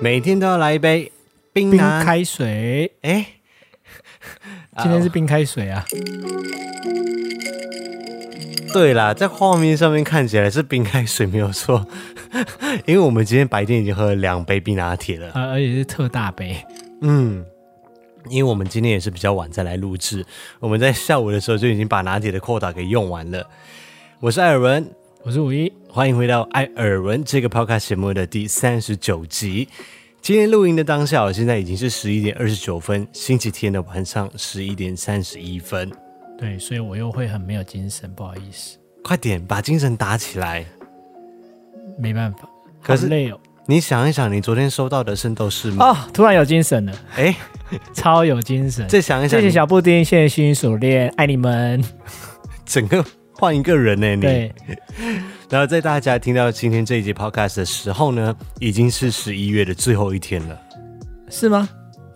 每天都要来一杯冰冰拿。开水，哎，今天是冰开水啊，对啦，在画面上面看起来是冰开水没有错， 因为我们今天白天已经喝了两杯冰拿铁了。呃，而且是特大杯，嗯，因为我们今天也是比较晚再来录制，我们在下午的时候就已经把拿铁的扣打给用完了。我是艾尔文，我是五一，欢迎回到艾尔文这个 podcast 节目的第三十九集。今天录音的当下，我现在已经是十一点二十九分，星期天的晚上十一点三十一分。对，所以我又会很没有精神，不好意思，快点把精神打起来！没办法，可是啊好累哦，你想一想，你昨天收到的圣斗士吗？哦，突然有精神了，哎、超有精神，再想一想，谢谢你小布丁，谢谢幸运手链，爱你们，整个换一个人呢、你。对，然后在大家听到今天这一集 podcast 的时候呢，已经是十一月的最后一天了。是吗？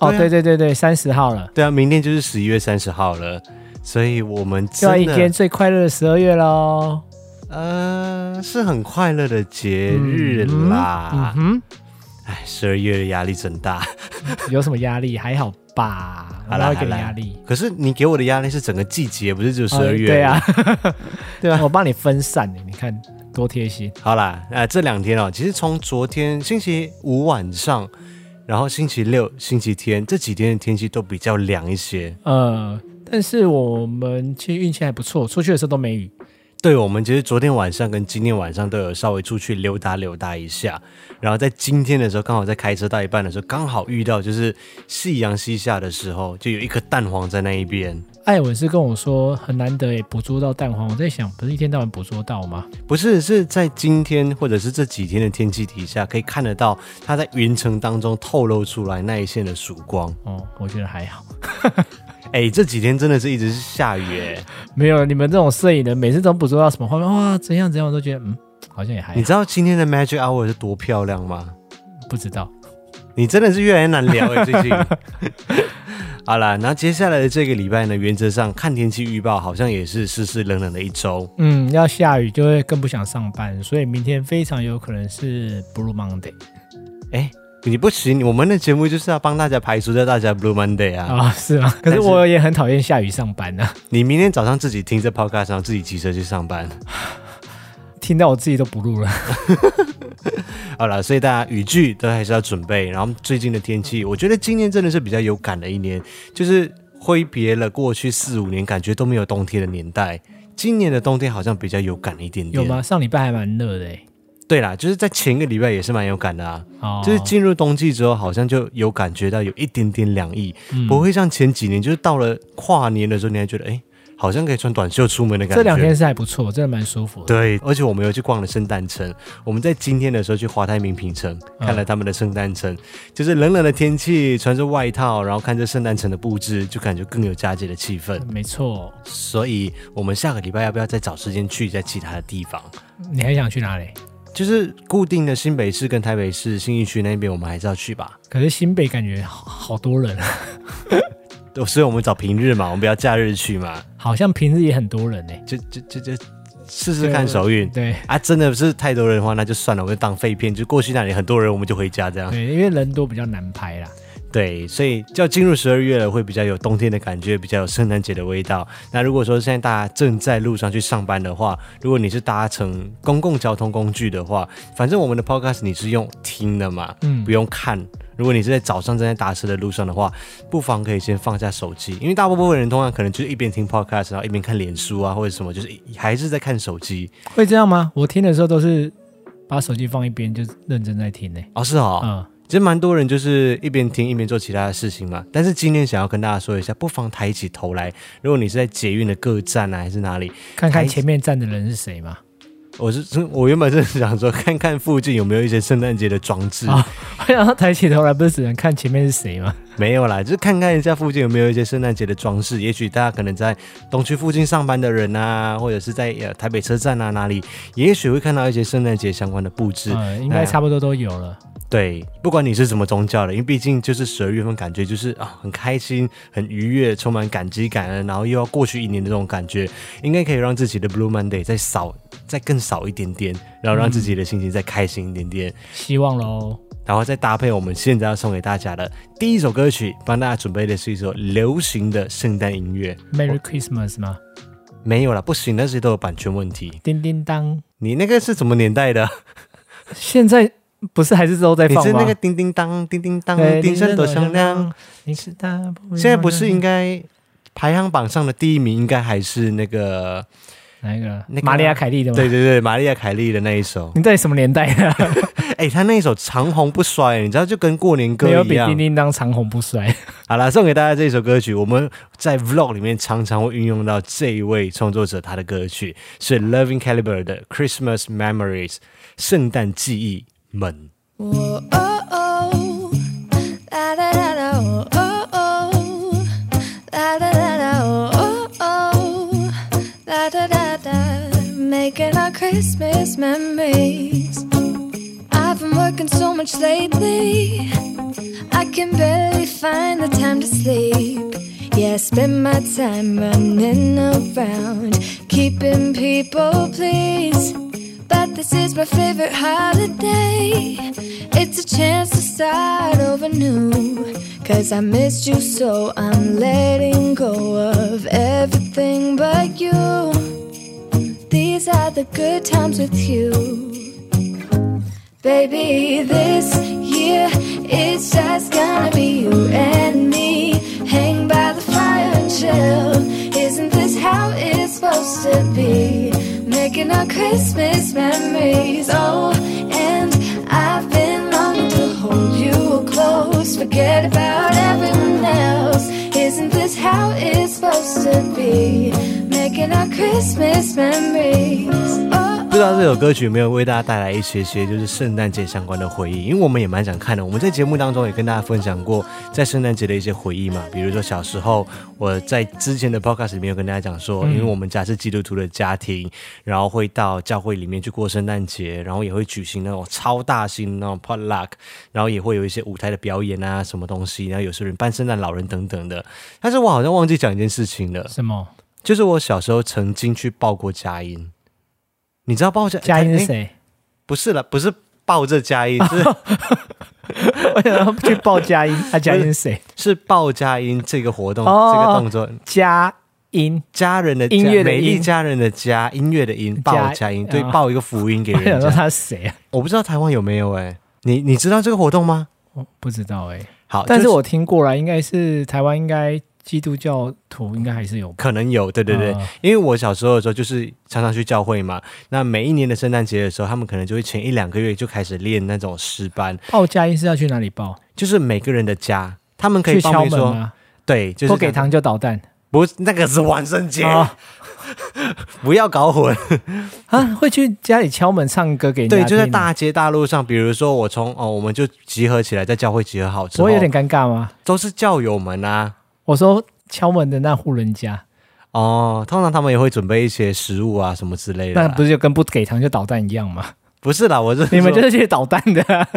哦，对啊对对对对，三十号了，对啊，明天就是十一月三十号了，所以我们最后真一的天最快乐的十二月喽，呃，是很快乐的节日啦。嗯哎、十二月的压力真大。哼，有什么压力？还好吧，好啦我哪会给好你啦压力，可是你给我的压力是整个季节，不是就十二月、哦对啊，， 对啊我帮你分散，你看多贴心，好啦，呃，这两天哦，其实从昨天星期五晚上，然后星期六、星期天这几天的天气都比较凉一些。呃，但是我们其实运气还不错，出去的时候都没雨。对，我们其实昨天晚上跟今天晚上都有稍微出去溜达溜达一下，然后在今天的时候，刚好在开车到一半的时候，刚好遇到就是夕阳西下的时候，就有一颗蛋黄在那一边。艾文是跟哎我说很难得也捕捉到蛋黄，我在想，不是一天到晚捕捉到吗？不是，是在今天或者是这几天的天气底下，可以看得到它在云层当中透露出来那一线的曙光。哦，我觉得还好，哎，这几天真的是一直是下雨哎、没有你们这种摄影的，每次都捕捉到什么画面，哇，怎样怎样，我都觉得嗯，好像也还你好，知道今天的 Magic Hour 是多漂亮吗？不知道。你真的是越来越难聊 哎、最近。好啦，那接下来的这个礼拜呢，原则上看天气预报，好像也是湿湿冷冷的一周。嗯，要下雨就会更不想上班，所以明天非常有可能是 Blue Monday 哎、你不行，我们的节目就是要帮大家排除掉大家 Blue Monday 啊。 啊、是吗？可但是是我也很讨厌下雨上班 啊，你明天早上自己听这 podcast，然后自己骑车去上班。听到我自己都不录 了。好了，所以大家雨具都还是要准备。然后最近的天气，我觉得今年真的是比较有感的一年，就是挥别了过去四五年感觉都没有冬天的年代。今年的冬天好像比较有感一点点，有吗？？上礼拜还蛮热的、欸，对啦，就是在前个礼拜也是蛮有感的啊，哦，就是进入冬季之后，好像就有感觉到有一点点凉意，嗯不会像前几年，就是到了跨年的时候，你还觉得哎、诶好像可以穿短袖出门的感觉。这两天是还不错，真的蛮舒服的。对，而且我们有去逛了圣诞城。我们在今天的时候去华泰名品城嗯看了他们的圣诞城，就是冷冷的天气，穿着外套，然后看着圣诞城的布置，就感觉更有佳节的气氛。没错，所以，我们下个礼拜要不要再找时间去一下其他的地方？你还想去哪里？就是固定的新北市跟台北市信义区那边，我们还是要去吧。可是新北感觉好好多人，对所以我们找平日嘛，我们不要假日去嘛，好像平日也很多人呢、就就就就试试看手运。对啊，真的是太多人的话，那就算了，我们就当废片，就过去那里很多人，我们就回家这样。对，因为人多比较难拍啦。对，所以就要进入十二月了，会比较有冬天的感觉，比较有圣诞节的味道。那如果说现在大家正在路上去上班的话，如果你是搭乘公共交通工具的话，反正我们的 podcast 你是用听的嘛，嗯不用看。如果你是在早上正在搭车的路上的话，不妨可以先放下手机，因为大部分人通常可能就是一边听 podcast，然后一边看脸书啊或者什么，就是还是在看手机。会这样吗？我听的时候都是把手机放一边，就认真在听呢、哦，是哦，嗯，其实蛮多人就是一边听一边做其他的事情嘛。但是今天想要跟大家说一下，不妨抬起头来。如果你是在捷运的各站啊，还是哪里，看还看前面站的人是谁嘛。我是我原本是想说看看附近有没有一些圣诞节的装置，啊我想要抬起头来，不是只能看前面是谁吗？没有啦，就是看看一下附近有没有一些圣诞节的装饰。也许大家可能在东区附近上班的人啊，或者是在呃台北车站啊哪里，也许会看到一些圣诞节相关的布置。嗯，应该差不多都有了。对，不管你是什么宗教的，因为毕竟就是十二月份，感觉就是啊很开心、很愉悦、充满感激感恩，然后又要过去一年的这种感觉，应该可以让自己的 Blue Monday 再少、再更少一点点，然后让自己的心情再开心一点点。希望喽。然后再搭配我们现在要送给大家的第一首歌曲，帮大家准备的是一首流行的圣诞音乐。 Merry Christmas 嘛，没有啦，不行，那些都有版权问题。叮叮当，你那个是什么年代的？现在不是还是都在你放是吗？那个叮叮当，叮叮当，哎叮声多响亮。，你是大不一样的现在不是应该排行榜上的第一名，应该还是那个哪一个？那个啊玛利亚凯莉的吗？对对对，玛丽亚凯莉的那一首。你在什么年代啊？哎、她那一首长红不衰，你知道就跟过年歌没有一比叮样。叮当长红不衰。好啦，送给大家这首歌曲，我们在 Vlog 里面常常会运用到这一位创作者他的歌曲，是 Loving Caliber 的 Christmas Memories 圣诞记忆们。 Whoa, oh, oh. La, la, la, la, oh, oh, oh. La, la, la, la, oh, oh, oh. La, da, da, da. Making our Christmas memories. I've been working so much lately. I can barely find the time to sleep. Yeah, I spend my time running around, keeping people pleased. But this is my favorite holiday. It's a chance to start over new. Cause I missed you so, I'm letting go of everything but you. These are the good times with you. Baby, this year it's just gonna be you and me. Hang by the fire and chill. Isn't this how it's supposed to be? Making our Christmas memories. Oh, and I've been longing to hold you close. Forget about everyone else. Isn't this how it's supposed to be? Making our Christmas memories. Oh, 不知道这首歌曲有没有为大家带来一些些就是圣诞节相关的回忆，因为我们也蛮想看的。我们在节目当中也跟大家分享过在圣诞节的一些回忆嘛，比如说小时候我在之前的 podcast 里面有跟大家讲说，因为我们家是基督徒的家庭，然后会到教会里面去过圣诞节，然后也会举行那种超大型的那种 potluck，然后也会有一些舞台的表演啊，什么东西，然后有些人扮圣诞老人等等的。但是我好像忘记讲一件事情了，什么？就是我小时候曾经去报过佳音。你知道报佳佳音哎 是谁？不是了，不是抱着佳 音，是我想要去报佳音， 啊，佳音是谁？是抱佳音这个活动，哦这个动作，佳音。家人的家音乐的美丽音家人的家，音乐的音，抱佳音，对，哦抱一个福音给 我想人说家。他是谁啊？我不知道台湾有没有哎、你你知道这个活动吗？我不知道哎、好，但啊就是我听过了，应该是台湾应该基督教徒应该还是有吧。可能有，对对对，啊因为我小时候的时候就是常常去教会嘛，那每一年的圣诞节的时候，他们可能就会前一两个月就开始练那种诗班，报佳音是要去哪里报？就是每个人的家，他们可以去报敲名门说，吗？对，就是不这给样，糖就捣蛋不是，那个是万圣节，啊 不要搞混。啊！会去家里敲门唱歌给人家对，就在听啊大街大路上，比如说我从哦，我们就集合起来，在教会集合好之后，不会有点尴尬吗？都是教友们啊。我说敲门的那户人家，哦，通常他们也会准备一些食物啊什么之类的那啦。不是就跟不给糖就捣蛋一样吗？不是啦，我是 你们就说是去捣蛋的啊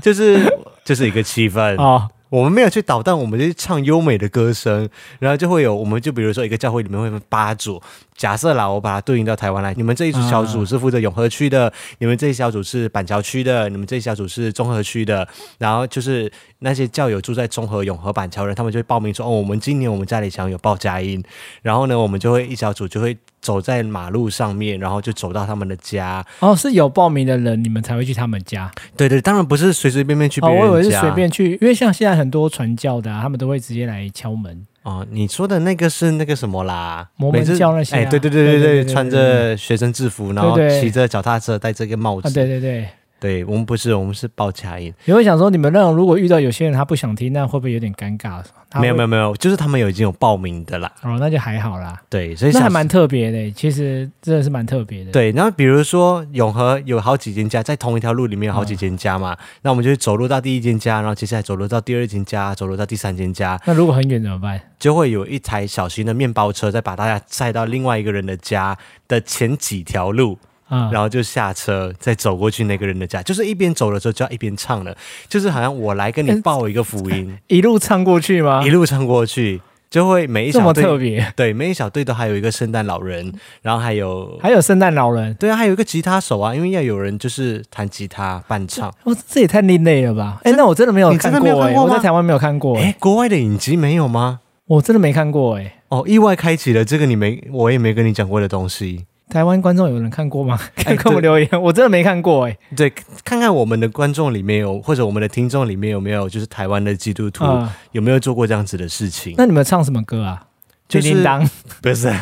就是就是一个气 氛。哦，我们没有去捣蛋，我们就去唱优美的歌声，然后就会有，我们就比如说一个教会里面会分八组，假设啦，我把它对应到台湾来，你们这一组小组是负责永和区的，你们这一小组是板桥区的，你们这一小组是中和区的，然后就是那些教友住在中和、永和、板桥人，他们就会报名说，哦，我们今年我们家里想有报佳音，然后呢，我们就会一小组就会走在马路上面，然后就走到他们的家，哦，是有报名的人，你们才会去他们家。对对，当然不是随随便便去别哦，人家，我以为是随便去，因为像现在很多传教的、啊，他们都会直接来敲门。哦，你说的那个是那个什么啦？摩门每次教那些啊哎，对对对对对对对对穿着学生制服，然后对对骑着脚踏车，戴这个帽啊，子。对对对，对我们不是，我们是报卡音。你会想说，你们那种如果遇到有些人他不想听，那会不会有点尴尬？没有没有，有没有，就是他们有已经有报名的啦。哦，那就还好啦，对，所以那还想蛮特别的，其实真的是蛮特别的。，对。然后比如说永和有好几间家，在同一条路里面有好几间家嘛，那我们就走路到第一间家，然后接下来走路到第二间家，走路到第三间家，那如果很远怎么办？就会有一台小型的面包车再把大家载到另外一个人的家的前几条路。啊、然后就下车，再走过去那个人的家，就是一边走的时候就要一边 唱了，就是好像我来跟你报一个福音，一路唱过去吗一？路唱过去。就会每一啊这小么特队，别，对，每一小队都还有一个圣诞老人，然后还有还有圣诞老人，对啊，还有一个吉他手啊，因为要有人就是弹吉他伴唱。我哦这也太另类了吧？哎，那我真的没有你真看的没有过哎，看过我吗在台湾没有看过哎哎，，国外的影集没有吗？我真的没看过哎。哦，意外开启了这个你没，我也没跟你讲过的东西。台湾观众有人看过吗？ 可以给我对们留言，我真的没看过哎。对，看看我们的观众里面有，或者我们的听众里面有没有，就是台湾的基督徒、啊，有没有做过这样子的事情？那你们唱什么歌啊？就叮是叮当， 不是，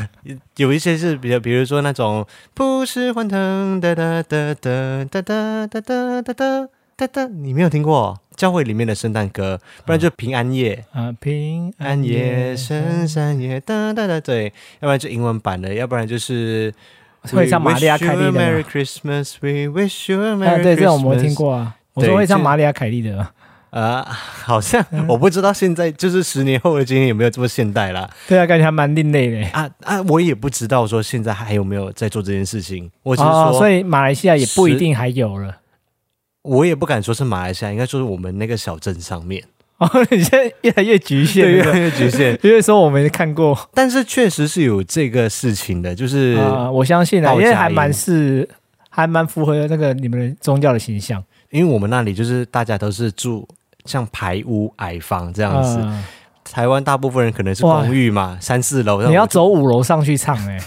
有一些是比较，比如说那种不是欢腾哒哒哒哒哒哒哒哒哒哒哒哒，你没有听过教会里面的圣诞歌，不然就平安夜。啊，平安安夜夜，深山夜，哒哒哒，对，要不然就英文版的，要不然就是会唱玛利亚凯莉 We wish you a Merry 的 Christmas, we wish you a 吗？ Merry 啊， Christmas。对，这种我听。过啊。我对说会唱这玛利亚凯莉的吗，啊、好像嗯我不知道现在就是十年后的今天有没有这么现代啦。 对啊，感觉还蛮另类的。啊啊，我也不知道说现在还有没有在做这件事情。我只是说，哦，所以马来西亚也不一十定还有了。我也不敢说是马来西亚，应该说是我们那个小镇上面，哦， 你现在越来越局限对，了，越来越局限。因为说我没看过啊、 但是确实是有这个事情的，就是、我相信啊，报因佳音为还蛮是还蛮符合那个你们的宗教的形象因为我们那里就是大家都是住像排屋矮房这这样子，台湾大部分人可能是公寓嘛，三四楼，你然要后走五楼上去唱 哎、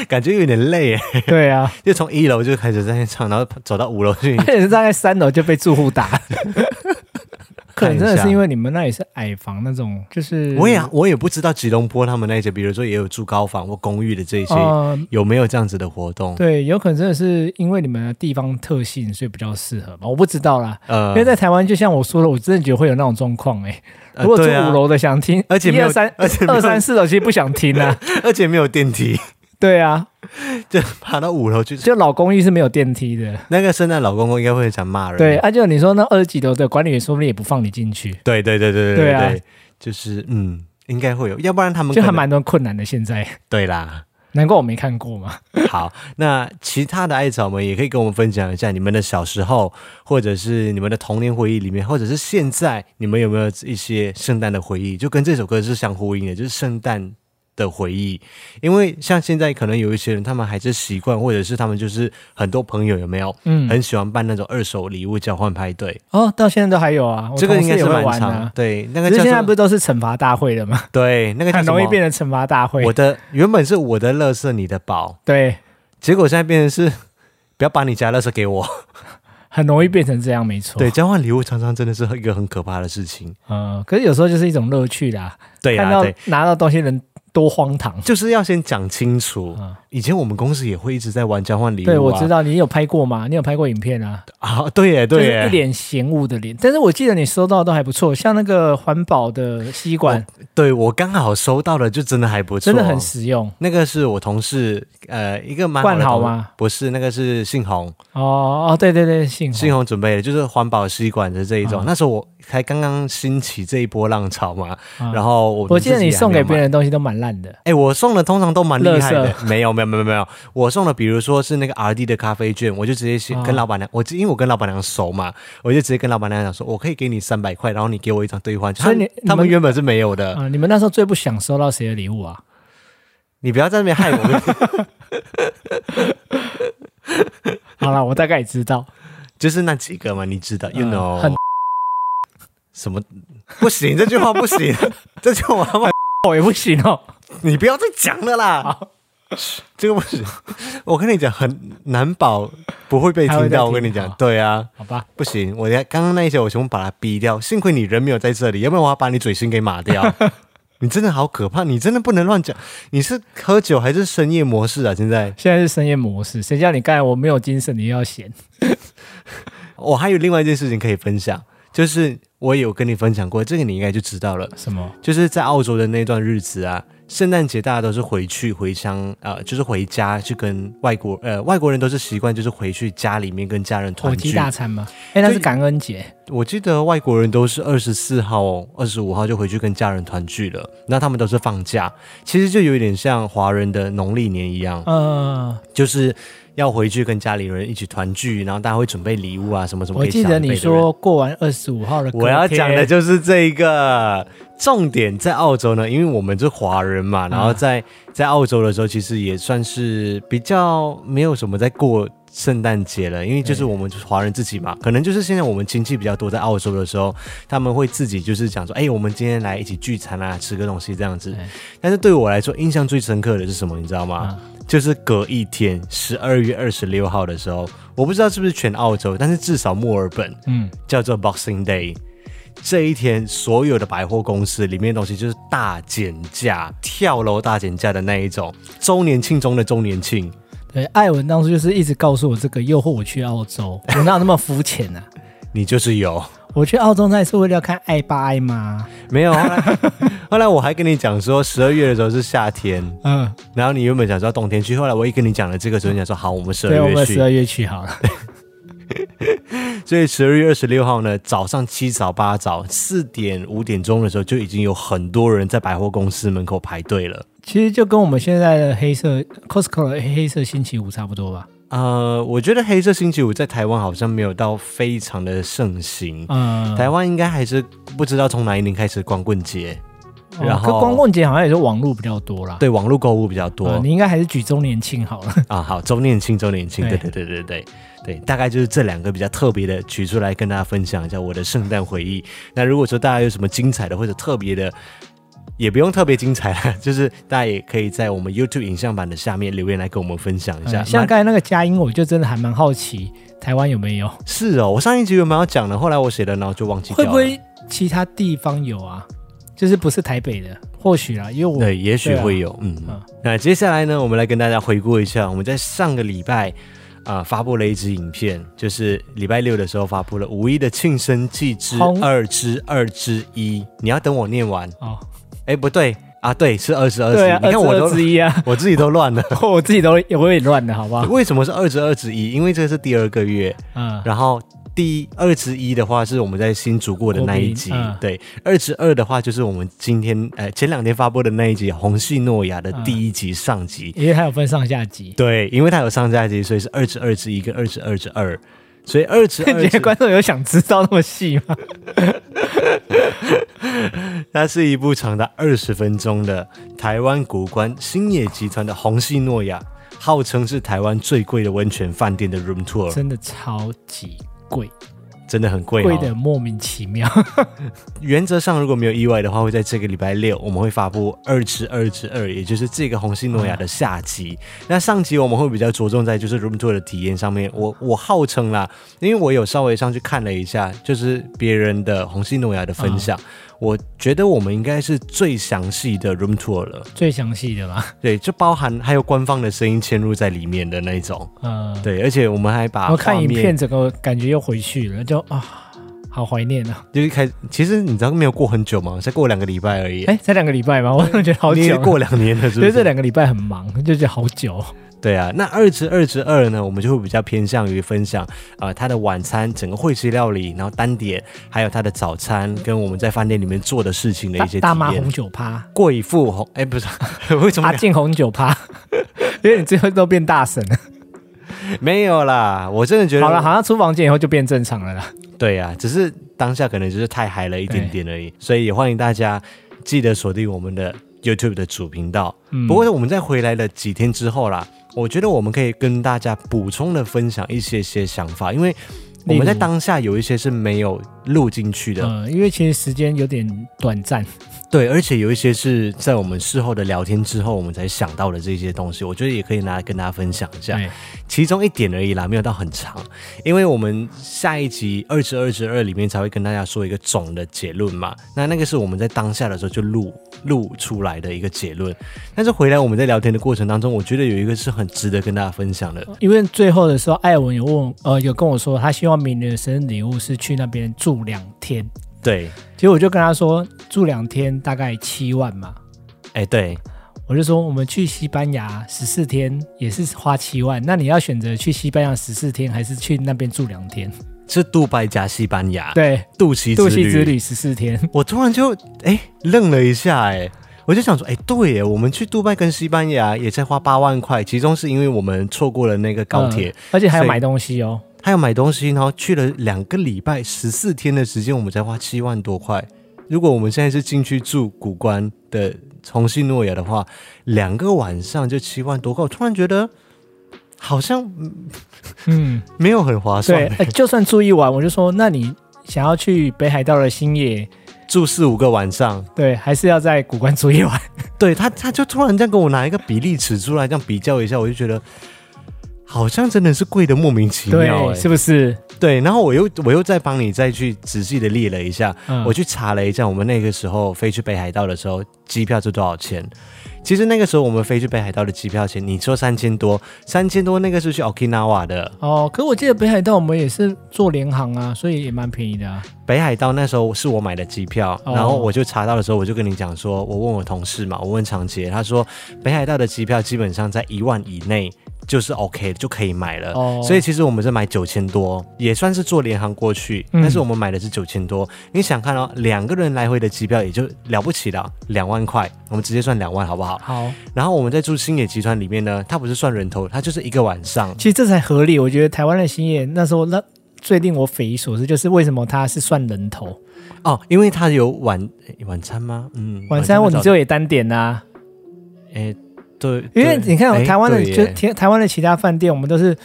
感觉有点累 耶，对啊，就从一楼就开始在那唱，然后走到五楼去 而。且是大概三楼就被住 户打。可能真的是因为为你们那里是矮房那种，就是我也我也不知道吉隆坡他们那些，比如说也有住高房或公寓的这些，呃有没有这样子的活动？对，有可能真的是因为你们的地方特性，所以比较适合吧，我不知道啦。呃因为在台湾，就像我说的，我真的觉得会有那种状况哎。呃如果住对啊五楼的想听，而且一没有二三而且没有二三四楼其实不想听啊。而且没有电梯， 对啊，就爬到五楼去。就老公寓是没有电梯的。那个圣诞老公公应该会很想骂人。对，啊，就你说那二十几楼的管理员说不定也不放你进去，对对对对对对啊对，就是嗯，应该会有，要不然他们就还可能蛮多困难的。现在对啦。难怪我没看过嘛。好，那其他的艾草们也可以跟我们分享一下你们的小时候，或者是你们的童年回忆里面，或者是现在你们有没有一些圣诞的回忆，就跟这首歌是相呼应的，就是圣诞的回忆。因为像现在可能有一些人，他们还是习惯，或者是他们就是很多朋友有没有嗯，很喜欢办那种二手礼物交换派对，哦，到现在都还有啊，我这个同应事该也是会蛮玩长，啊。对，那个只是叫现在不做是都是惩罚大会了吗？对，那个叫很什容易么变成惩罚大会我。的原本是我的乐色，你的宝，对，结果现在变成是不要把你家乐色给哦我。很容易变成这样，没 错。对，，交换礼物常常真的是一个很可怕的事情。呃，可是有时候就是一种乐趣啦。对看啊，到对，拿到东西人多荒唐。就是要先讲清楚。啊，以前我们公司也会一直在玩交换礼物、啊，对，我知道你有拍过吗？你有拍过影片啊？ 啊，对耶，对就是一耶，脸嫌恶的脸。但是我记得你收到的都还不错，像那个环保的吸哦管，对我刚好收到的就真的还不错，真的很实用那个是我同事，呃，一个蛮好的冠豪同吗？不是，那个是信宏，哦哦，对对对，幸好信宏准备的，就是环保吸管的这一种。啊那时候我才刚刚兴起这一波浪潮嘛，啊然后我我记得你送给别人，人的东西都蛮烂的哎，我送的通常都蛮厉害垃的， 没有没有没有没有，我送的比如说是那个 R D 的咖啡券，我就直接先啊跟老板娘，我因为我跟老板娘熟嘛，我就直接跟老板娘讲说，我可以给你三百块，然后你给我一张兑换券。所以你他们他们你们原本是没有的，啊、你们那时候最不想收到谁的礼物啊？你不要在那边害 我， 好了，我大概也知道，就是那几个嘛，你知道，you 嗯 know，很什么不行，这句话不行， 这句话不我也不行哦。你不要再讲了啦好。这个不行，我跟你讲，很难保不会被还听会再到。听我跟你讲好，对啊，好吧，不行，我要刚刚那一些我全部把它逼掉。幸亏你人没有在这里，要不然我要把你嘴型给码 掉。你真的好可怕，你真的不能乱讲。你是喝酒还是深夜模式啊？现在现在是深夜模式，谁叫你刚才我没有精神，你又要闲？我哦还有另外一件事情可以分享，就是我有跟你分享过，这个你应该就知道了。什么？就是在澳洲的那段日子啊，圣诞节大家都是回去回乡，呃，就是回家去跟外国呃外国人都是习惯就是回去家里面跟家人火团鸡聚。大餐吗？哎、那就是感恩节我记得外国人都是二十四号、哦二十五号就回去跟家人团聚了，那他们都是嗯放假，其实就有一点像华人的农历年一样，呃，就是要回去跟家里人一起团聚，然后大家会准备礼物啊，什么什么我给记长辈得的人。你说过完二十五号的隔天，我要讲的就是这一个重点，在澳洲呢，因为我们是华人嘛，然后在啊在澳洲的时候，其实也算是比较没有什么在过圣诞节了，因为就是我们就是华人自己嘛，嗯可能就是现在我们亲戚比较多在澳洲的时候，他们会自己就是讲说，哎、我们今天来一起聚餐啊，吃个东西这样子对。啊但是对我来说，印象最深刻的是什么，你知道吗？就是隔一天，十二月二十六号的时候，我不知道是不是全澳洲，但是至少墨尔本，嗯，叫做 Boxing Day。这一天，所有的百货公司里面的东西就是大减价、跳楼大减价的那一种，周年庆中的周年庆。对，艾文当初就是一直告诉我这个，诱惑我去澳洲，我哪有那么肤浅啊？ 你就是有，我去澳洲那也是为了要看爱爸爱妈，没有？后 来后来我还跟你讲说，十二月的时候是夏天，嗯，然后你原本想说冬天去，后来我一跟你讲了这个时候，你想说好，我们十对，我二月们十去。二月去 好了，所以十二月二十六号呢，早上七早八早，四点五点钟的时候就已经有很多人在百货公司门口排队了。其实就跟我们现在的黑色 Costco 的黑色星期五差不多吧，呃，我觉得黑色星期五在台湾好像没有到非常的盛行，嗯，台湾应该还是不知道从哪一年开始光棍节，哦然后可光棍节好像也是网络比较多啦，对网络购物比较多、呃你应该还是举周年庆好 了，啊。好，周年庆，周年庆，对对对对对对对，大概就是这两个比较特别的取出来跟大家分享一下我的圣诞回忆。那如果说大家有什么精彩的或者特别的。也不用特别精彩啦， 就是大家也可以在我们 YouTube 影像版的下面留言来跟我们分享一下。嗯像蛮刚才那个佳音，我就真的还蛮好奇台湾有没有，是哦，我上一集原本要讲的，后来我写了，然后就忘记掉会了。不会其他地方有啊？就是不是台北的，或许啦，因为我对，也许对啊会有，嗯嗯。那接下来呢，我们来跟大家回顾一下，我们在上个礼拜啊、发布了一支影片，就是礼拜六的时候发布了五一的庆生季之红二之二之一。你要等我念完，哦，哎，不对啊，对，是二之二之对一。啊，你看我二都之二之一啊， 我自己都乱了。我自己都我也乱了，好不好？为什么是二之二之一？因为这个是第二个月，嗯，然后第二之一的话是我们在新竹过的那一集，国宾嗯对，二之二的话就是我们今天呃前两天发布的那一集《红系诺亚》嗯的第一集上集。因为它有分上下级，对，因为它有上下集，所以是二之二之一跟二之二之二，所以二之 你二觉得观众有想知道那么细吗？它是一部长达二十分钟的台湾古关兴业集团的红系诺亚，号称是台湾最贵的温泉饭店的 room tour，真的超级贵，真的很贵、哦，贵的莫名其妙。 原则上，如果没有意外的话，会在这个礼拜六我们会发布二之二之二，也就是这个红星诺亚的下集。那上集我们会比较着重在就是 room tour 的体验上面。我我号称啦，因为我有稍微上去看了一下，就是别人的红星诺亚的分嗯享，我觉得我们应该是最详细的 room tour 了。最详细的啦，对，就包含还有官方的声音嵌入在里面的那一种。嗯，对，而且我们还把我看画影面片，整个感觉又回去了，就啊，好怀念啊！就是开，其实你知道没有过很久吗？才过两个礼拜而已。哎，才两个礼拜吧，我怎么觉得好你也久？过两年了，是所不以是？这两个礼拜很忙，就觉得好久。对啊，那二之二之二呢，我们就会比较偏向于分享啊、呃，它的晚餐、整个会席料理，然后单点，还有它的早餐，跟我们在饭店里面做的事情的一大些体大妈红验。酒趴，贵妇红，哎，不是， 为什么阿两、静红酒趴， 因为你最后都变大神了。没有啦？我真的觉得好了，好像出房间以后就变正常了啦。对啊，只是当下可能就是太嗨了一点点而已，所以也欢迎大家记得锁定我们的 YouTube 的主频道。嗯不过我们在回来的几天之后啦，我觉得我们可以跟大家补充的分享一些些想法，因为我们在例如当下有一些是没有录进去的，嗯，因为其实时间有点短暂，对，而且有一些是在我们事后的聊天之后我们才想到的这些东西，我觉得也可以拿来跟大家分享一下。对，其中一点而已啦，没有到很长，因为我们下一集二十二十二里面才会跟大家说一个总的结论嘛。那那个是我们在当下的时候就录录出来的一个结论，但是回来我们在聊天的过程当中，我觉得有一个是很值得跟大家分享的。因为最后的时候，艾文有问，呃，有跟我说，他希望明年的生日礼物是去那边住两天。对，结果我就跟他说，住两天大概七万嘛，哎，对，我就说我们去西班牙十四天也是花七万，那你要选择去西班牙十四天，还是去那边住两 天？是杜拜加西班牙， 对，杜西杜之西旅之旅十四天，我突然就哎愣了一下哎、我就想说，哎、对耶，我们去杜拜跟西班牙也才花八万块，其中是因为我们错过了那个 高铁，嗯而且还有所以买东西 哦。还有买东西，然后去了两个礼拜十四天的时间，我们才花七万多块。如果我们现在是进去住古关的重庆诺亚的话，两个晚上就七万多块，我突然觉得好像嗯嗯，没有很划对算，，呃就算住一晚，我就说，那你想要去北海道的星野，住四五个晚上。对，还是要在古关住 一晚。对他，他就突然这样跟我拿一个比例尺出来，这样比较一下，我就觉得好像真的是贵的莫名其妙、欸。对，是不是？对，然后我又我又再帮你再去仔细的列了一下，嗯我去查了一下，我们那个时候飞去北海道的时候，机票是多少钱？其实那个时候我们飞去北海道的机票钱，你说三千多，三千多那个是去 Okinawa 的，哦，可我记得北海道我们也是坐联航啊，所以也蛮便宜的啊。北海道那时候是我买的机票，哦然后我就查到的时候，我就跟你讲说，我问我同事嘛，我问长杰，他说北海道的机票基本上在一万以内就是 OK 就可以买了。哦所以其实我们是买九千多，也算是坐联航过去，嗯但是我们买的是九千多。你想看哦，两个人来回的机票也就了不起了，两万块，我们直接算两万好不好？好，然后我们在住星野集团里面呢，它不是算人头，它就是一个晚上。其实这才合理。我觉得台湾的星野那时候那最令我匪夷所思，就是为什么它是算人头？哦，因为它有晚诶晚餐吗？嗯，晚餐我早你只有也单点呐、啊，诶，哎对，因为对你看哦诶台湾的对就耶台台湾的其他饭店，我们都是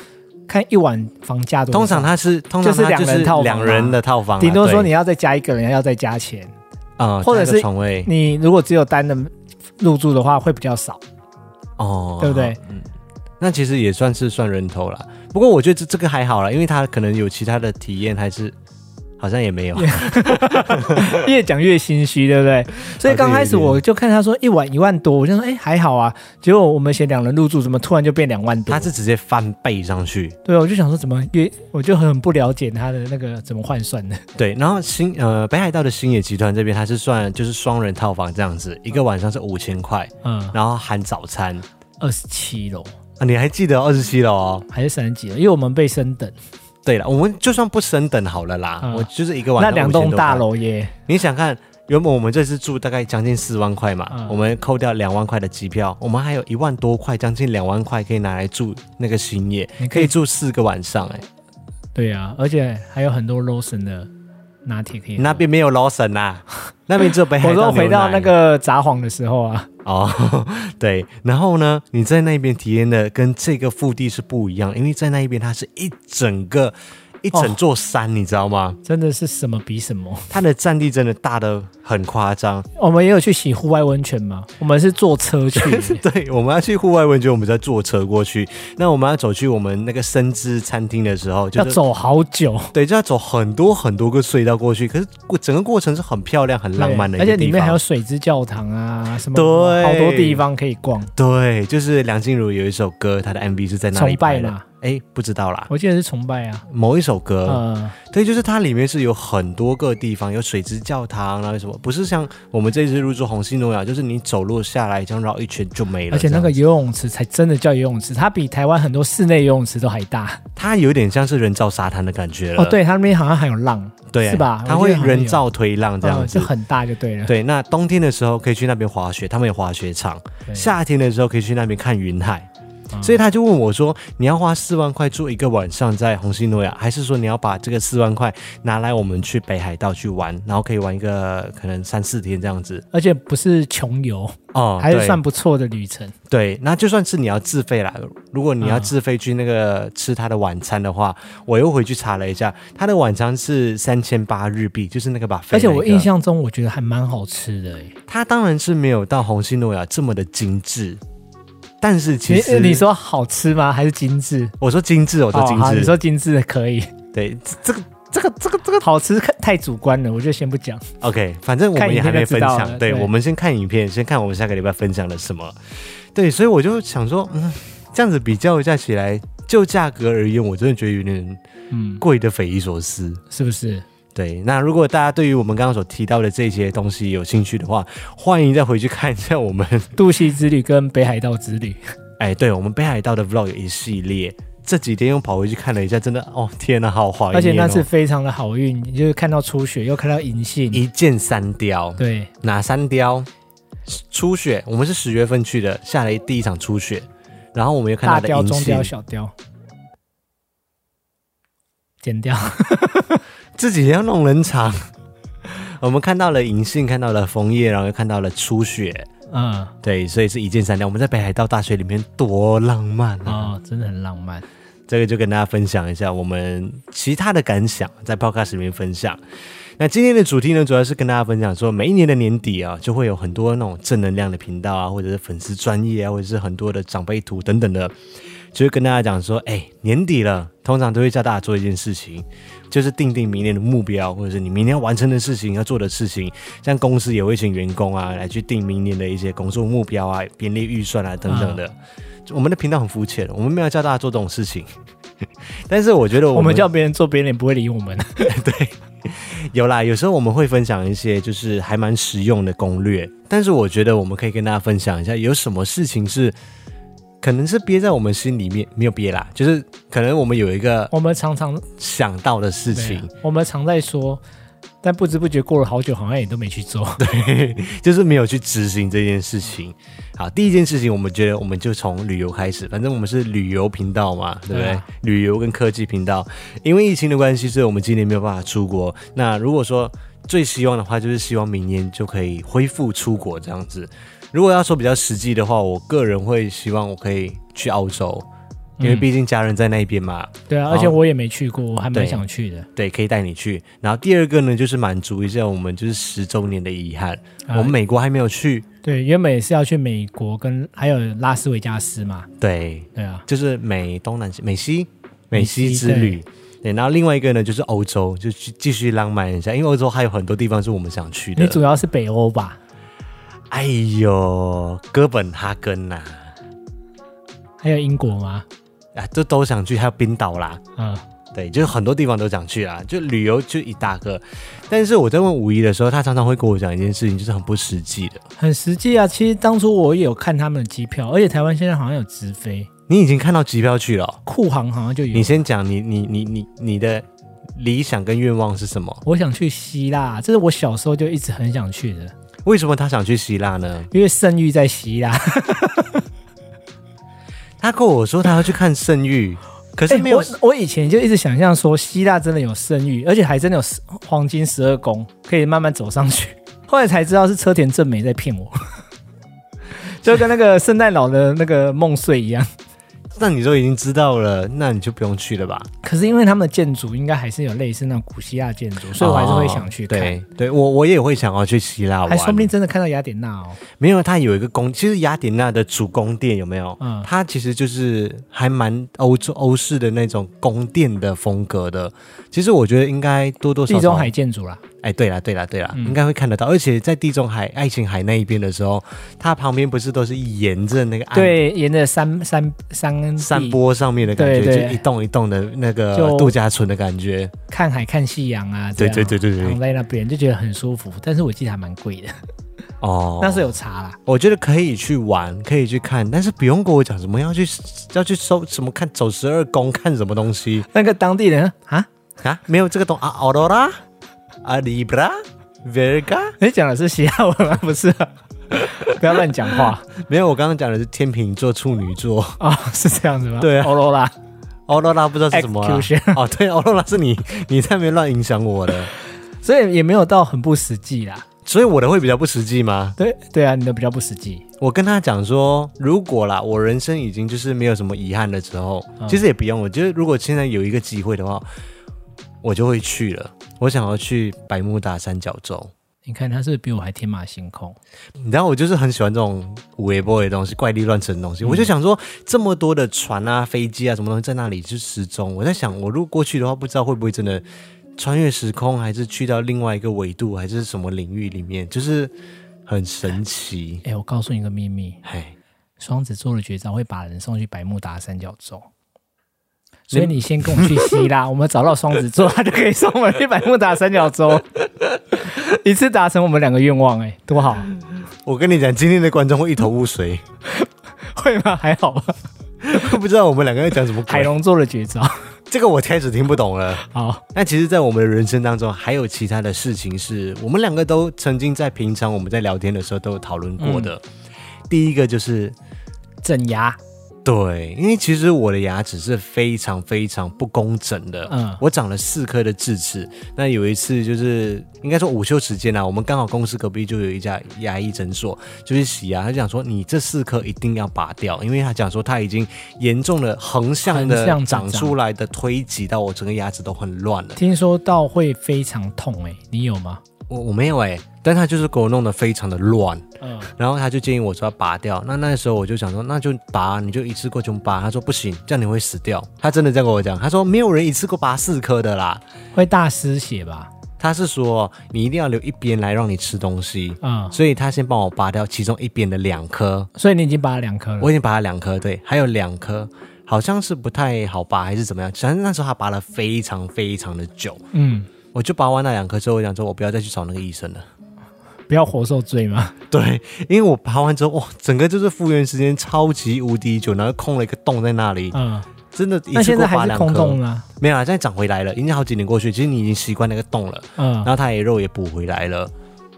看一晚房价多少，通常它是通常就是它两人套房两嘛人的套房啊，顶多说对你要再加一个人，要再加钱。啊，或者加一个是床位你如果只有单的入住的话，会比 较少。哦，对不对？嗯，那其实也算是算人头了。不过我觉得这这个还好啦，因为它可能有其他的体验，还是好像也没有。啊越讲越心虚，对不对？所以刚开始我就看他说一晚一万多，我就说哎还好啊。结果我们写两人入住，怎么突然就变两万多它？是直接翻倍上去，对，啊我就想说怎么越，我就很不了解他的那个怎么换算的。对。然后新呃北海道的星野集团这边，它是算就是双人套房这样子，一个晚上是五千块，嗯，然后含早餐二十七楼啊。你还记得二十七楼哦？还是三十几楼？因为我们被升等，对了，我们就算不升等好了啦，嗯我就是一个晚那上两5000栋多大块楼耶，你想看，原本我们这次住大概将近四万块嘛，嗯我们扣掉两万块的机票，我们还有一万多块，将近两万块可以拿来住那个新野，你可可以以住四个晚上、欸。对啊，而且还有很多 l o s o n 的拿铁可以喝。那边没有 Lawson 啊，那边只有北海道我说回牛奶到那个札幌的时候啊，哦， 对，然后呢，你在那边体验的跟这个腹地是不一样的，因为在那一边它是一整个一整座山，你知道吗？真的是什么比什么。它的占地真的大的很夸张， 我们也有去洗户外温泉嘛，我们是坐车 去耶， 对，我们要去户外温泉，我们在坐车过去。那我们要走去我们那个深知餐厅的时候，就要是走好久。对，就要走很多很多个隧道过去。可是过整个过程是很漂亮、很浪漫的对一而个且里地面还有方。水之教堂啊，什么对好多地方可以逛。对，就是梁静茹有一首歌，她的 MV 是在那里崇拜拍的嘛。哎，不知道啦，我记得是崇拜啊，某一首歌，呃，对，就是它里面是有很多个地方，有水之教堂，然后什么，不是像我们这次入住红星诺亚，就是你走路下来这样绕一圈就没了。而且那这个样游泳池才真的叫游泳池，它比台湾很多室内游泳池都还大。它有点像是人造沙滩的感觉了。哦，对，它那边好像还有浪，对，是吧？它我会记得好像有人造推浪这样嗯子。就很大就对了。对，那冬天的时候可以去那边滑雪，他们有滑雪场；对夏天的时候可以去那边看云海。嗯所以他就问我说：“你要花四万块住一个晚上在红星诺亚，还是说你要把这个四万块拿来我们去北海道去玩，然后可以玩一个可能三四天这样子？而且不是穷游，哦，还是对算不错的旅程。对。那就算是你要自费啦，如果你要嗯自费去那个吃他的晚餐的话，我又回去查了一下，他的晚餐是三千八日币，就是那个把、而且我印象中，我觉得还蛮好吃的欸耶。它当然是没有到红星诺亚这么的精致，但是其实你你说好吃吗？还是精致？我说精致，我说精哦好致，你说精致可以， 对这个这个这个这个好吃看太主观了，我就先不讲。 OK，反正我们也还没分看影片就知道享，了对对我们先看影片，先看我们下个礼拜分享了什么。对，所以我就想说，嗯，这样子比较一下起来，就价格而言，我真的觉得有点嗯，贵的匪夷所思。是不是？对，那如果大家对于我们刚刚所提到的这些东西有兴趣的话，欢迎再回去看一下我们渡溪之旅跟北海道之旅，哎，对我们北海道的 vlog 有一系列，这几天又跑回去看了一下，真的哦，天哪，好怀念、哦！而且那次非常的好运，你嗯就是看到初雪，又看到银杏，一箭三雕，对，哪三雕？初雪，我们是十月份去的，下了第一场初雪，然后我们又看大它的雕、银中杏雕、。小雕，剪掉。 这几天要弄人场， 我们看到了银杏，看到了枫叶，然后又看到了初雪，嗯，对，所以是一箭三雕。我们在北海道大学里面多浪漫啊！哦，真的很浪漫。这个就跟大家分享一下我们其他的感想，在 Podcast 里面分享。那今天的主题呢，主要是跟大家分享说，每一年的年底啊，就会有很多那种正能量的频道啊，或者是粉丝专业啊，或者是很多的长辈图等等的，就会跟大家讲说，哎，年底了，通常都会叫大家做一件事情，就是定定明年的目标，或者是你明年要完成的事情、要做的事情。像公司也会请员工啊来去定明年的一些工作目标啊、编列预算啊等等的。我们的频道很肤浅，我们没有叫大家做这种事情。 但是我觉得我我们们叫别人做，别人也不会理我们。 有啦，有时候我们会分享一些就是还蛮实用的攻略，但是我觉得我们可以跟大家分享一下，有什么事情是可能是憋在我们心里面没有憋啦，就是可能我们有一个我们常常想到的事对啊情，我们常在说，但不知不觉过了好久，好像也都没去做。就是没有去执行这件事情。好，第一件事情，我们觉得我们就从旅游开始，反正我们是旅游频道嘛，对不对？对啊旅游跟科技频道，因为疫情的关系，所以我们今年没有办法出国。那如果说最希望的话，就是希望明年就可以恢复出国这样子。如果要说比较实际的话，我个人会希望我可以去澳洲，因为嗯毕竟家人在那边嘛。对啊，好而且我也没去过，我还蛮对想去的。对，可以带你去。然后第二个呢，就是满足一下我们就是十周年的遗憾，啊我们美国还没有去。对，原本也是要去美国跟还有拉斯维加斯嘛。对，对啊，就是美东南西美西美西之美西旅。对，然后另外一个呢，就是欧洲，就去继续浪漫一下，因为欧洲还有很多地方是我们想去你的。主要是北欧吧？哎呦，哥本哈根啊呐、还有英国吗？啊，这都想去，还有冰岛啦，嗯，对，就是很多地方都想去啦，就旅游就一大个。但是我在问五一的时候，他常常会跟我讲一件事情，就是很不实际的。很实际啊。其实当初我也有看他们的机票，而且台湾现在好像有直飞，你已经看到机票去了哦、库航好像就有你。先讲你你你你你的理想跟愿望是什么？我想去希腊，这是我小时候就一直很想去的，为什么他想去希腊呢？因为圣域在希腊。他跟我说他要去看圣域，可是欸没有、我我以前就一直想象说，希腊真的有圣域，而且还真的有十黄金十二宫，可以慢慢走上去。后来才知道是车田正美在骗我， 就跟那个圣诞老的那个梦碎一样。那你都已经知道了，那你就不用去了吧？可是因为他们的建筑应该还是有类似那种古希腊建筑，所以我还是会想去哦看。对，对我我也会想要去希腊玩，还说不定真的看到雅典娜哦，没有，它有一个宫，其实雅典娜的主宫殿有没有？嗯它其实就是还蛮欧洲欧式的那种宫殿的风格的。其实我觉得应该多多少地少中海，建筑啦。哎，对啦对啦对啦，嗯应该会看得到。而且在地中海、爱琴海那一边的时候，它旁边不是都是沿着那个岸对，沿着山山山山地坡上面的感觉，对对就一栋一栋的那个就度假村的感觉。看海看夕阳啊，这样对对对对对躺在那边就觉得很舒服。但是我记得还蛮贵的，哦，那时候有查啦。我觉得可以去玩，可以去看，但是不用跟我讲什么要去要去收什么看走十二宫看什么东西那个当地人啊，啊，没有这个东啊，Aurora 啊，Libra Virga，你讲的是希腊文吗？不是 啊、不要乱讲话没有，我刚刚讲的是天秤座、处女座 啊、是这样子吗？哦对啊欧罗拉， ，Aurora 不知道是什么啦 Execution 哦，对，Aurora 是你你在那边乱影响我的，所以也没有到很不实际啦。所以我的会比较不实际吗？对对啊，你的比较不实际，我跟他讲说，如果啦，我人生已经就是没有什么遗憾的时候，嗯其实也不用。我觉得如果现在有一个机会的话，我就会去了。我想要去百慕大三角洲，你看他是不是比我还天马行空，你知道我就是很喜欢这种五 A boy 的东西，怪力乱神的东西。我就想说，这么多的船啊、飞机啊、什么东西在那里就失踪，我在想，我如果过去的话，不知道会不会真的穿越时空，还是去到另外一个维度，还是什么领域里面，就是很神奇。哎、我告诉你个秘密，哎，双子座的绝招会把人送去百慕达三角洲。所以你先跟我们去希腊，我们找到双子座，他就可以送我们去百慕达三角洲， 一次达成我们两个愿望、哎，多好，我跟你讲，今天的观众会一头雾水。会吗？还好吧。 不知道我们两个在讲什么鬼 海龙座的绝招，这个我开始听不懂了。好，那其实，在我们的人生当中，还有其他的事情是我们两个都曾经在平常我们在聊天的时候都有讨论过的。第一个就是整牙，对，因为其实我的牙齿是非常非常不工整的，嗯我长了四颗的智齿。那有一次就是应该说午休时间啊，我们刚好公司隔壁就有一家牙医诊所，就去洗牙，他就讲说你这四颗一定要拔掉，因为他讲说它已经严重的横向横的向长长出来的推挤到我整个牙齿都很乱了。听说到会非常痛哎、你有吗？我我没有哎、但他就是给我弄得非常的乱。嗯，然后他就建议我说要拔掉。那那时候我就想说，那就拔，你就一次过全部拔。他说不行，这样你会死掉。他真的这样跟我讲，他说没有人一次过拔四颗的啦。会大失血吧？他是说你一定要留一边来让你吃东西，嗯，所以他先帮我拔掉其中一边的两颗。所以你已经拔了两颗了。我已经拔了两颗，对，还有两颗好像是不太好拔还是怎么样，反正那时候他拔了非常非常的久。嗯，我就拔完那两颗之后，我想说我不要再去找那个医生了。不要活受罪嘛。 对，因为我爬完之后，哇，整个就是复原时间超级无敌久，然后空了一个洞在那里，嗯，真的。那现在还是空洞了？啊。没有啊，现在长回来了，已经好几年过去，其实你已经习惯那个洞了，然嗯，后它也肉也补回来了，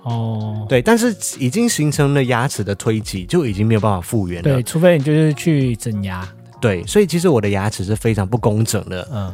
哦，对，但是已经形成了牙齿的推挤，就已经没有办法复原了对，，除非你就是去整牙。对，所以其实我的牙齿是非常不工整的，嗯，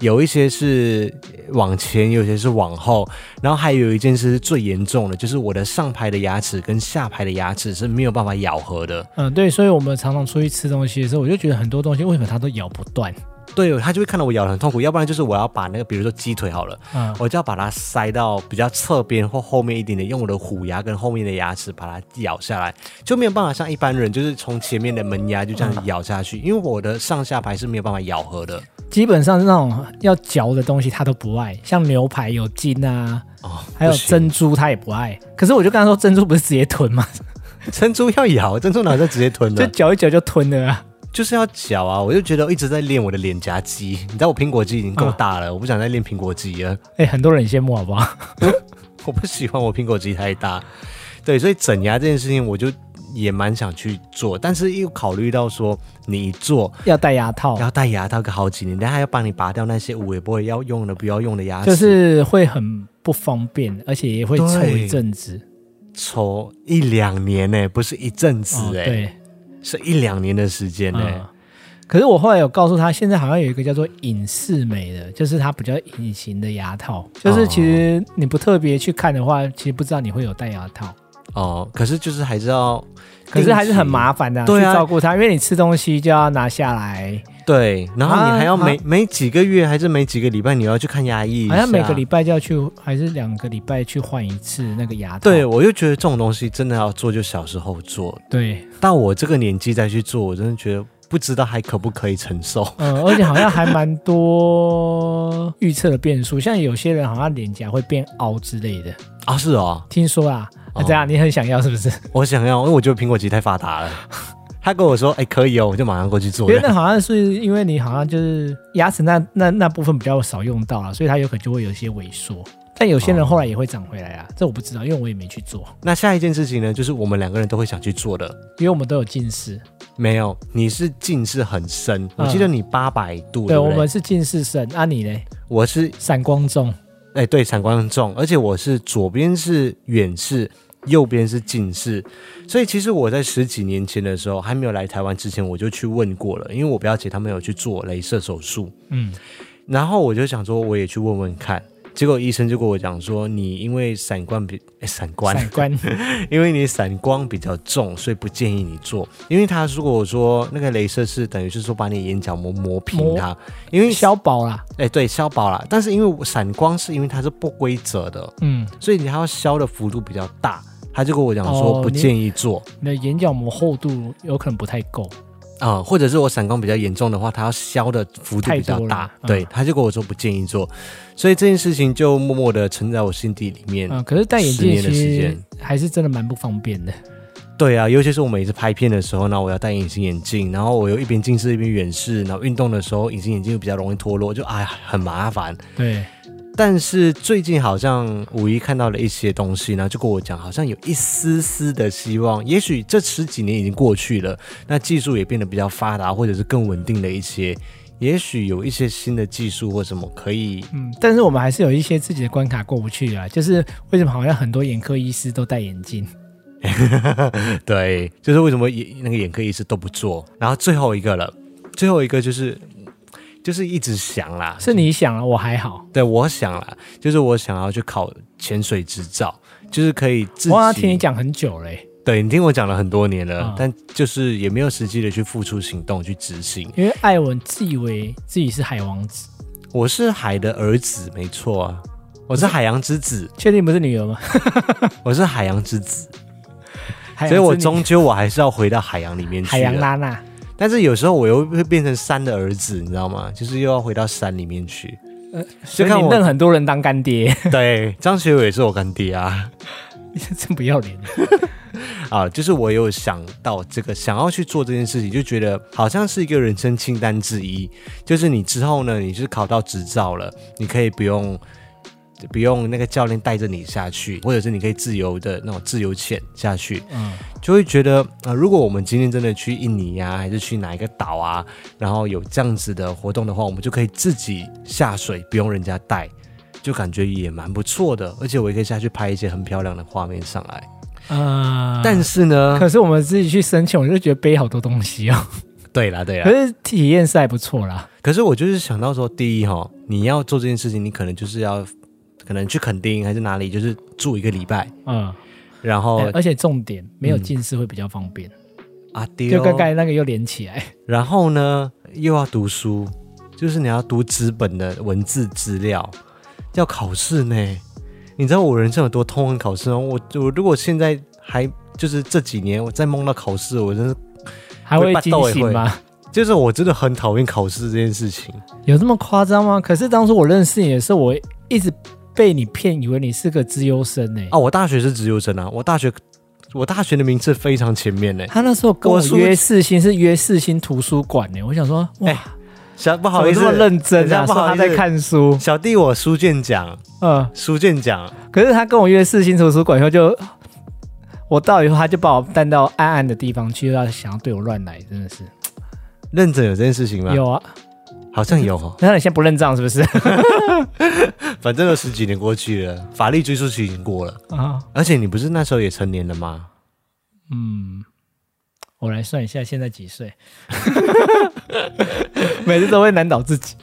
有一些是往前，有些是往后，然后还有一件事是最严重的，就是我的上排的牙齿跟下排的牙齿是没有办法咬合的，嗯，对，所以我们常常出去吃东西的时候，我就觉得很多东西为什么它都咬不断？对，他就会看到我咬得很痛苦，要不然就是我要把那个，比如说鸡腿好了，嗯，我就要把它塞到比较侧边或后面一点点，用我的虎牙跟后面的牙齿把它咬下来，就没有办法像一般人就是从前面的门牙就这样咬下去，因为我的上下排是没有办法咬合的。基本上是那种要嚼的东西他都不爱，像牛排有筋啊，哦，还有不行珍珠他也不爱。可是我就跟他说，珍珠不是直接吞吗？ 珍珠要咬，啊珍珠脑袋直接吞就的，嚼一嚼就吞了啊。就是要嚼啊！我就觉得我一直在练我的脸颊肌，你知道我苹果肌已经嗯够大了，我不想再练苹果肌了。哎、很多人很羡慕，好不好？我不喜欢我苹果肌太大，对，所以整牙这件事情我就也蛮想去做，但是又考虑到说你一做 要戴牙 套，要戴牙套个好几年，人家还要帮你拔掉那些无微不会要用的不要用的牙齿，就是会很不方便，而且也会对臭一阵子。抽一两年呢、不是一阵子哦哎、对，是一两年的时间呢、嗯。可是我后来有告诉他，现在好像有一个叫做隐适美的，就是它比较隐形的牙套，就是其实你不特别去看的话，其实不知道你会有戴牙套。哦，可是就是还是要，可是还是很麻烦的、对啊去照顾它，因为你吃东西就要拿下来，对，然后你还要啊每、每几个月还是每几个礼拜你要去看牙医一下，好像每个礼拜就要去，还是两个礼拜去换一次那个牙套。对，我就觉得这种东西真的要做，就小时候做，对，到我这个年纪再去做，我真的觉得不知道还可不可以承受。嗯，而且好像还蛮 多预测的变数，像有些人好像脸颊会变凹之类的，啊，是哦，听说啊，啊哦这样你很想要是不是？我想要，因为我觉得苹果肌太发达了。他跟我说：“哎、可以哦，我就马上过去做因为那了。好像是因为你好像就是牙齿那那那部分比较少用到了，啊所以它有可能就会有一些萎缩。但有些人后来也会长回来啊，这我不知道，因为我也没去做，”那下一件事情呢，就是我们两个人都会想去做的。因为我们都有近视。没有，你是近视很深，我记得你八百度，对，对不我对？们是近视深，啊你嘞？我是散光重，哎、对，散光很重，而且我是左边是远视，右边是近视，所以其实我在十几年前的时候，还没有来台湾之前，我就去问过了，因为我表姐他们有去做镭射手术，嗯，然后我就想说，我也去问问看。结果医生就跟我讲说，你因为散光比、哎散光散光， 因为你散光比较重，所以不建议你做。因为他如果说那个镭射是等于是说把你眼角膜磨平磨它，因为消薄啦，哎、对消薄啦，但是因为我散光是因为它是不规则的，嗯，所以你还要消的幅度比较大。他就跟我讲说哦不建议做你的眼角膜厚度有可能不太够，啊、或者是我散光比较严重的话，他要消的幅度比较大太多了。嗯对，他就跟我说不建议做，所以这件事情就默默的沉在我心底里面。嗯，可是戴眼十镜年的其时实间还是真的蛮不方便的，对啊，尤其是我每次拍片的时候呢，我要戴隐形眼镜，然后我又一边近视一边远视，然后运动的时候隐形眼镜又比较容易脱落，就哎呀很麻烦。对，但是最近好像五一看到了一些东西，然后就跟我讲，好像有一丝丝的希望。也许这十几年已经过去了，那技术也变得比较发达，或者是更稳定了一些。也许有一些新的技术或什么可以，嗯，但是我们还是有一些自己的关卡过不去啊，就是为什么好像很多眼科医师都戴眼镜？对，就是为什么眼那个眼科医师都不做。然后最后一个了，最后一个就是就是一直想啦，是你想了，我还好。对我想啦，就是我想要去考潜水执照，就是可以自己。我好像听你讲很久嘞、对你听我讲了很多年了，嗯但就是也没有实际的去付出行动去执行。因为艾文自以为自己是海王子，我是海的儿子，没错啊，我是海洋之子，确定不是女儿吗？我是海洋之子，海洋 所以我之女终究我还是要回到海洋里面去。海洋，啊拉娜，但是有时候我又会变成山的儿子，你知道吗？就是又要回到山里面 去。所以看你我认很多人当干爹， 对，张学友也是我干爹啊，真不要脸。啊，就是我有想到这个，想要去做这件事情，就觉得好像是一个人生清单之一。就是你之后呢，你是考到执照了，你可以不用不用那个教练带着你下去，或者是你可以自由的那种自由潜下去，嗯，就会觉得啊、呃如果我们今天真的去印尼啊，还是去哪一个岛啊，然后有这样子的活动的话，我们就可以自己下水，不用人家带，就感觉也蛮不错的。而且我也可以下去拍一些很漂亮的画面上来。呃，但是呢，可是我们自己去申请，我就觉得背好多东西哦。对啦对啦啊可，是体验是还不错啦。可是我就是想到说，第一哈，你要做这件事情，你可能就是要可能去垦丁还是哪里，就是住一个礼拜，嗯，然后、而且重点没有嗯近视会比较方便，啊丢，就刚才那个又连起来。然后呢又要读书，就是你要读纸本的文字资料，要考试呢。你知道我人生有多痛恨考试吗？我我如果现在还就是这几年我再梦到考试，我真是还会会惊斗也醒会吗？就是我真的很讨厌考试这件事情。有这么夸张吗？可是当初我认识你的时候，我一直被你骗，以为你是个资优生欸呢、啊，我大学是自由生啊，我大学我大学的名次非常前面呢。他那时候跟我我数约四星是约四星图书馆欸呢、我想说，哇，哎小不怎好么意思，这么认真人家啊？不说好他意在思。看书，小弟我书卷奖，嗯，书卷奖，可是他跟我约四星图书馆以后就，我到以后他就把我带到暗暗的地方去，要想要对我乱来，真的是认真有这件事情吗？，有啊。好像有哦。 那你现在不认账是不是？反正都十几年过去了，法律追诉期已经过了，啊，而且你不是那时候也成年了吗？嗯，我来算一下现在几岁， 每次都会难倒自己。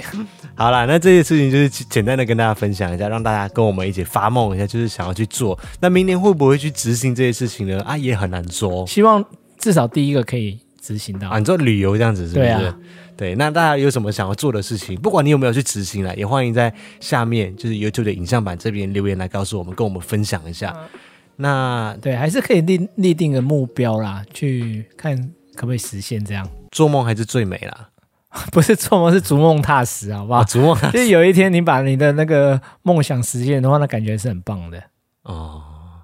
好啦，那这些事情就是简单的跟大家分享一下，让大家跟我们一起发梦一下，就是想要去做。那明年会不会去执行这些事情呢？啊，也很难说希望至少第一个可以执行到。啊。你做旅游这样子是不是？对啊对那大家有什么想要做的事情，不管你有没有去执行啦，也欢迎在下面就是 YouTube 的影像版这边留言来告诉我们，跟我们分享一下。那对，还是可以立立定个目标啦，去看可不可以实现这样。做梦还是最美啦， 不是做梦，是逐梦踏实，好不啊，好？逐梦 啊 就是有一天你把你的那个梦想实现的话，那感觉是很棒的。哦，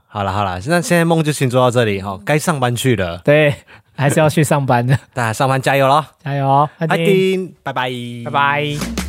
好了好了，那现在梦就先做到这里哈、该上班去了，对，还是要去上班的， 大家上班加油喽！加油，阿 阿丁，丁，拜拜，拜拜。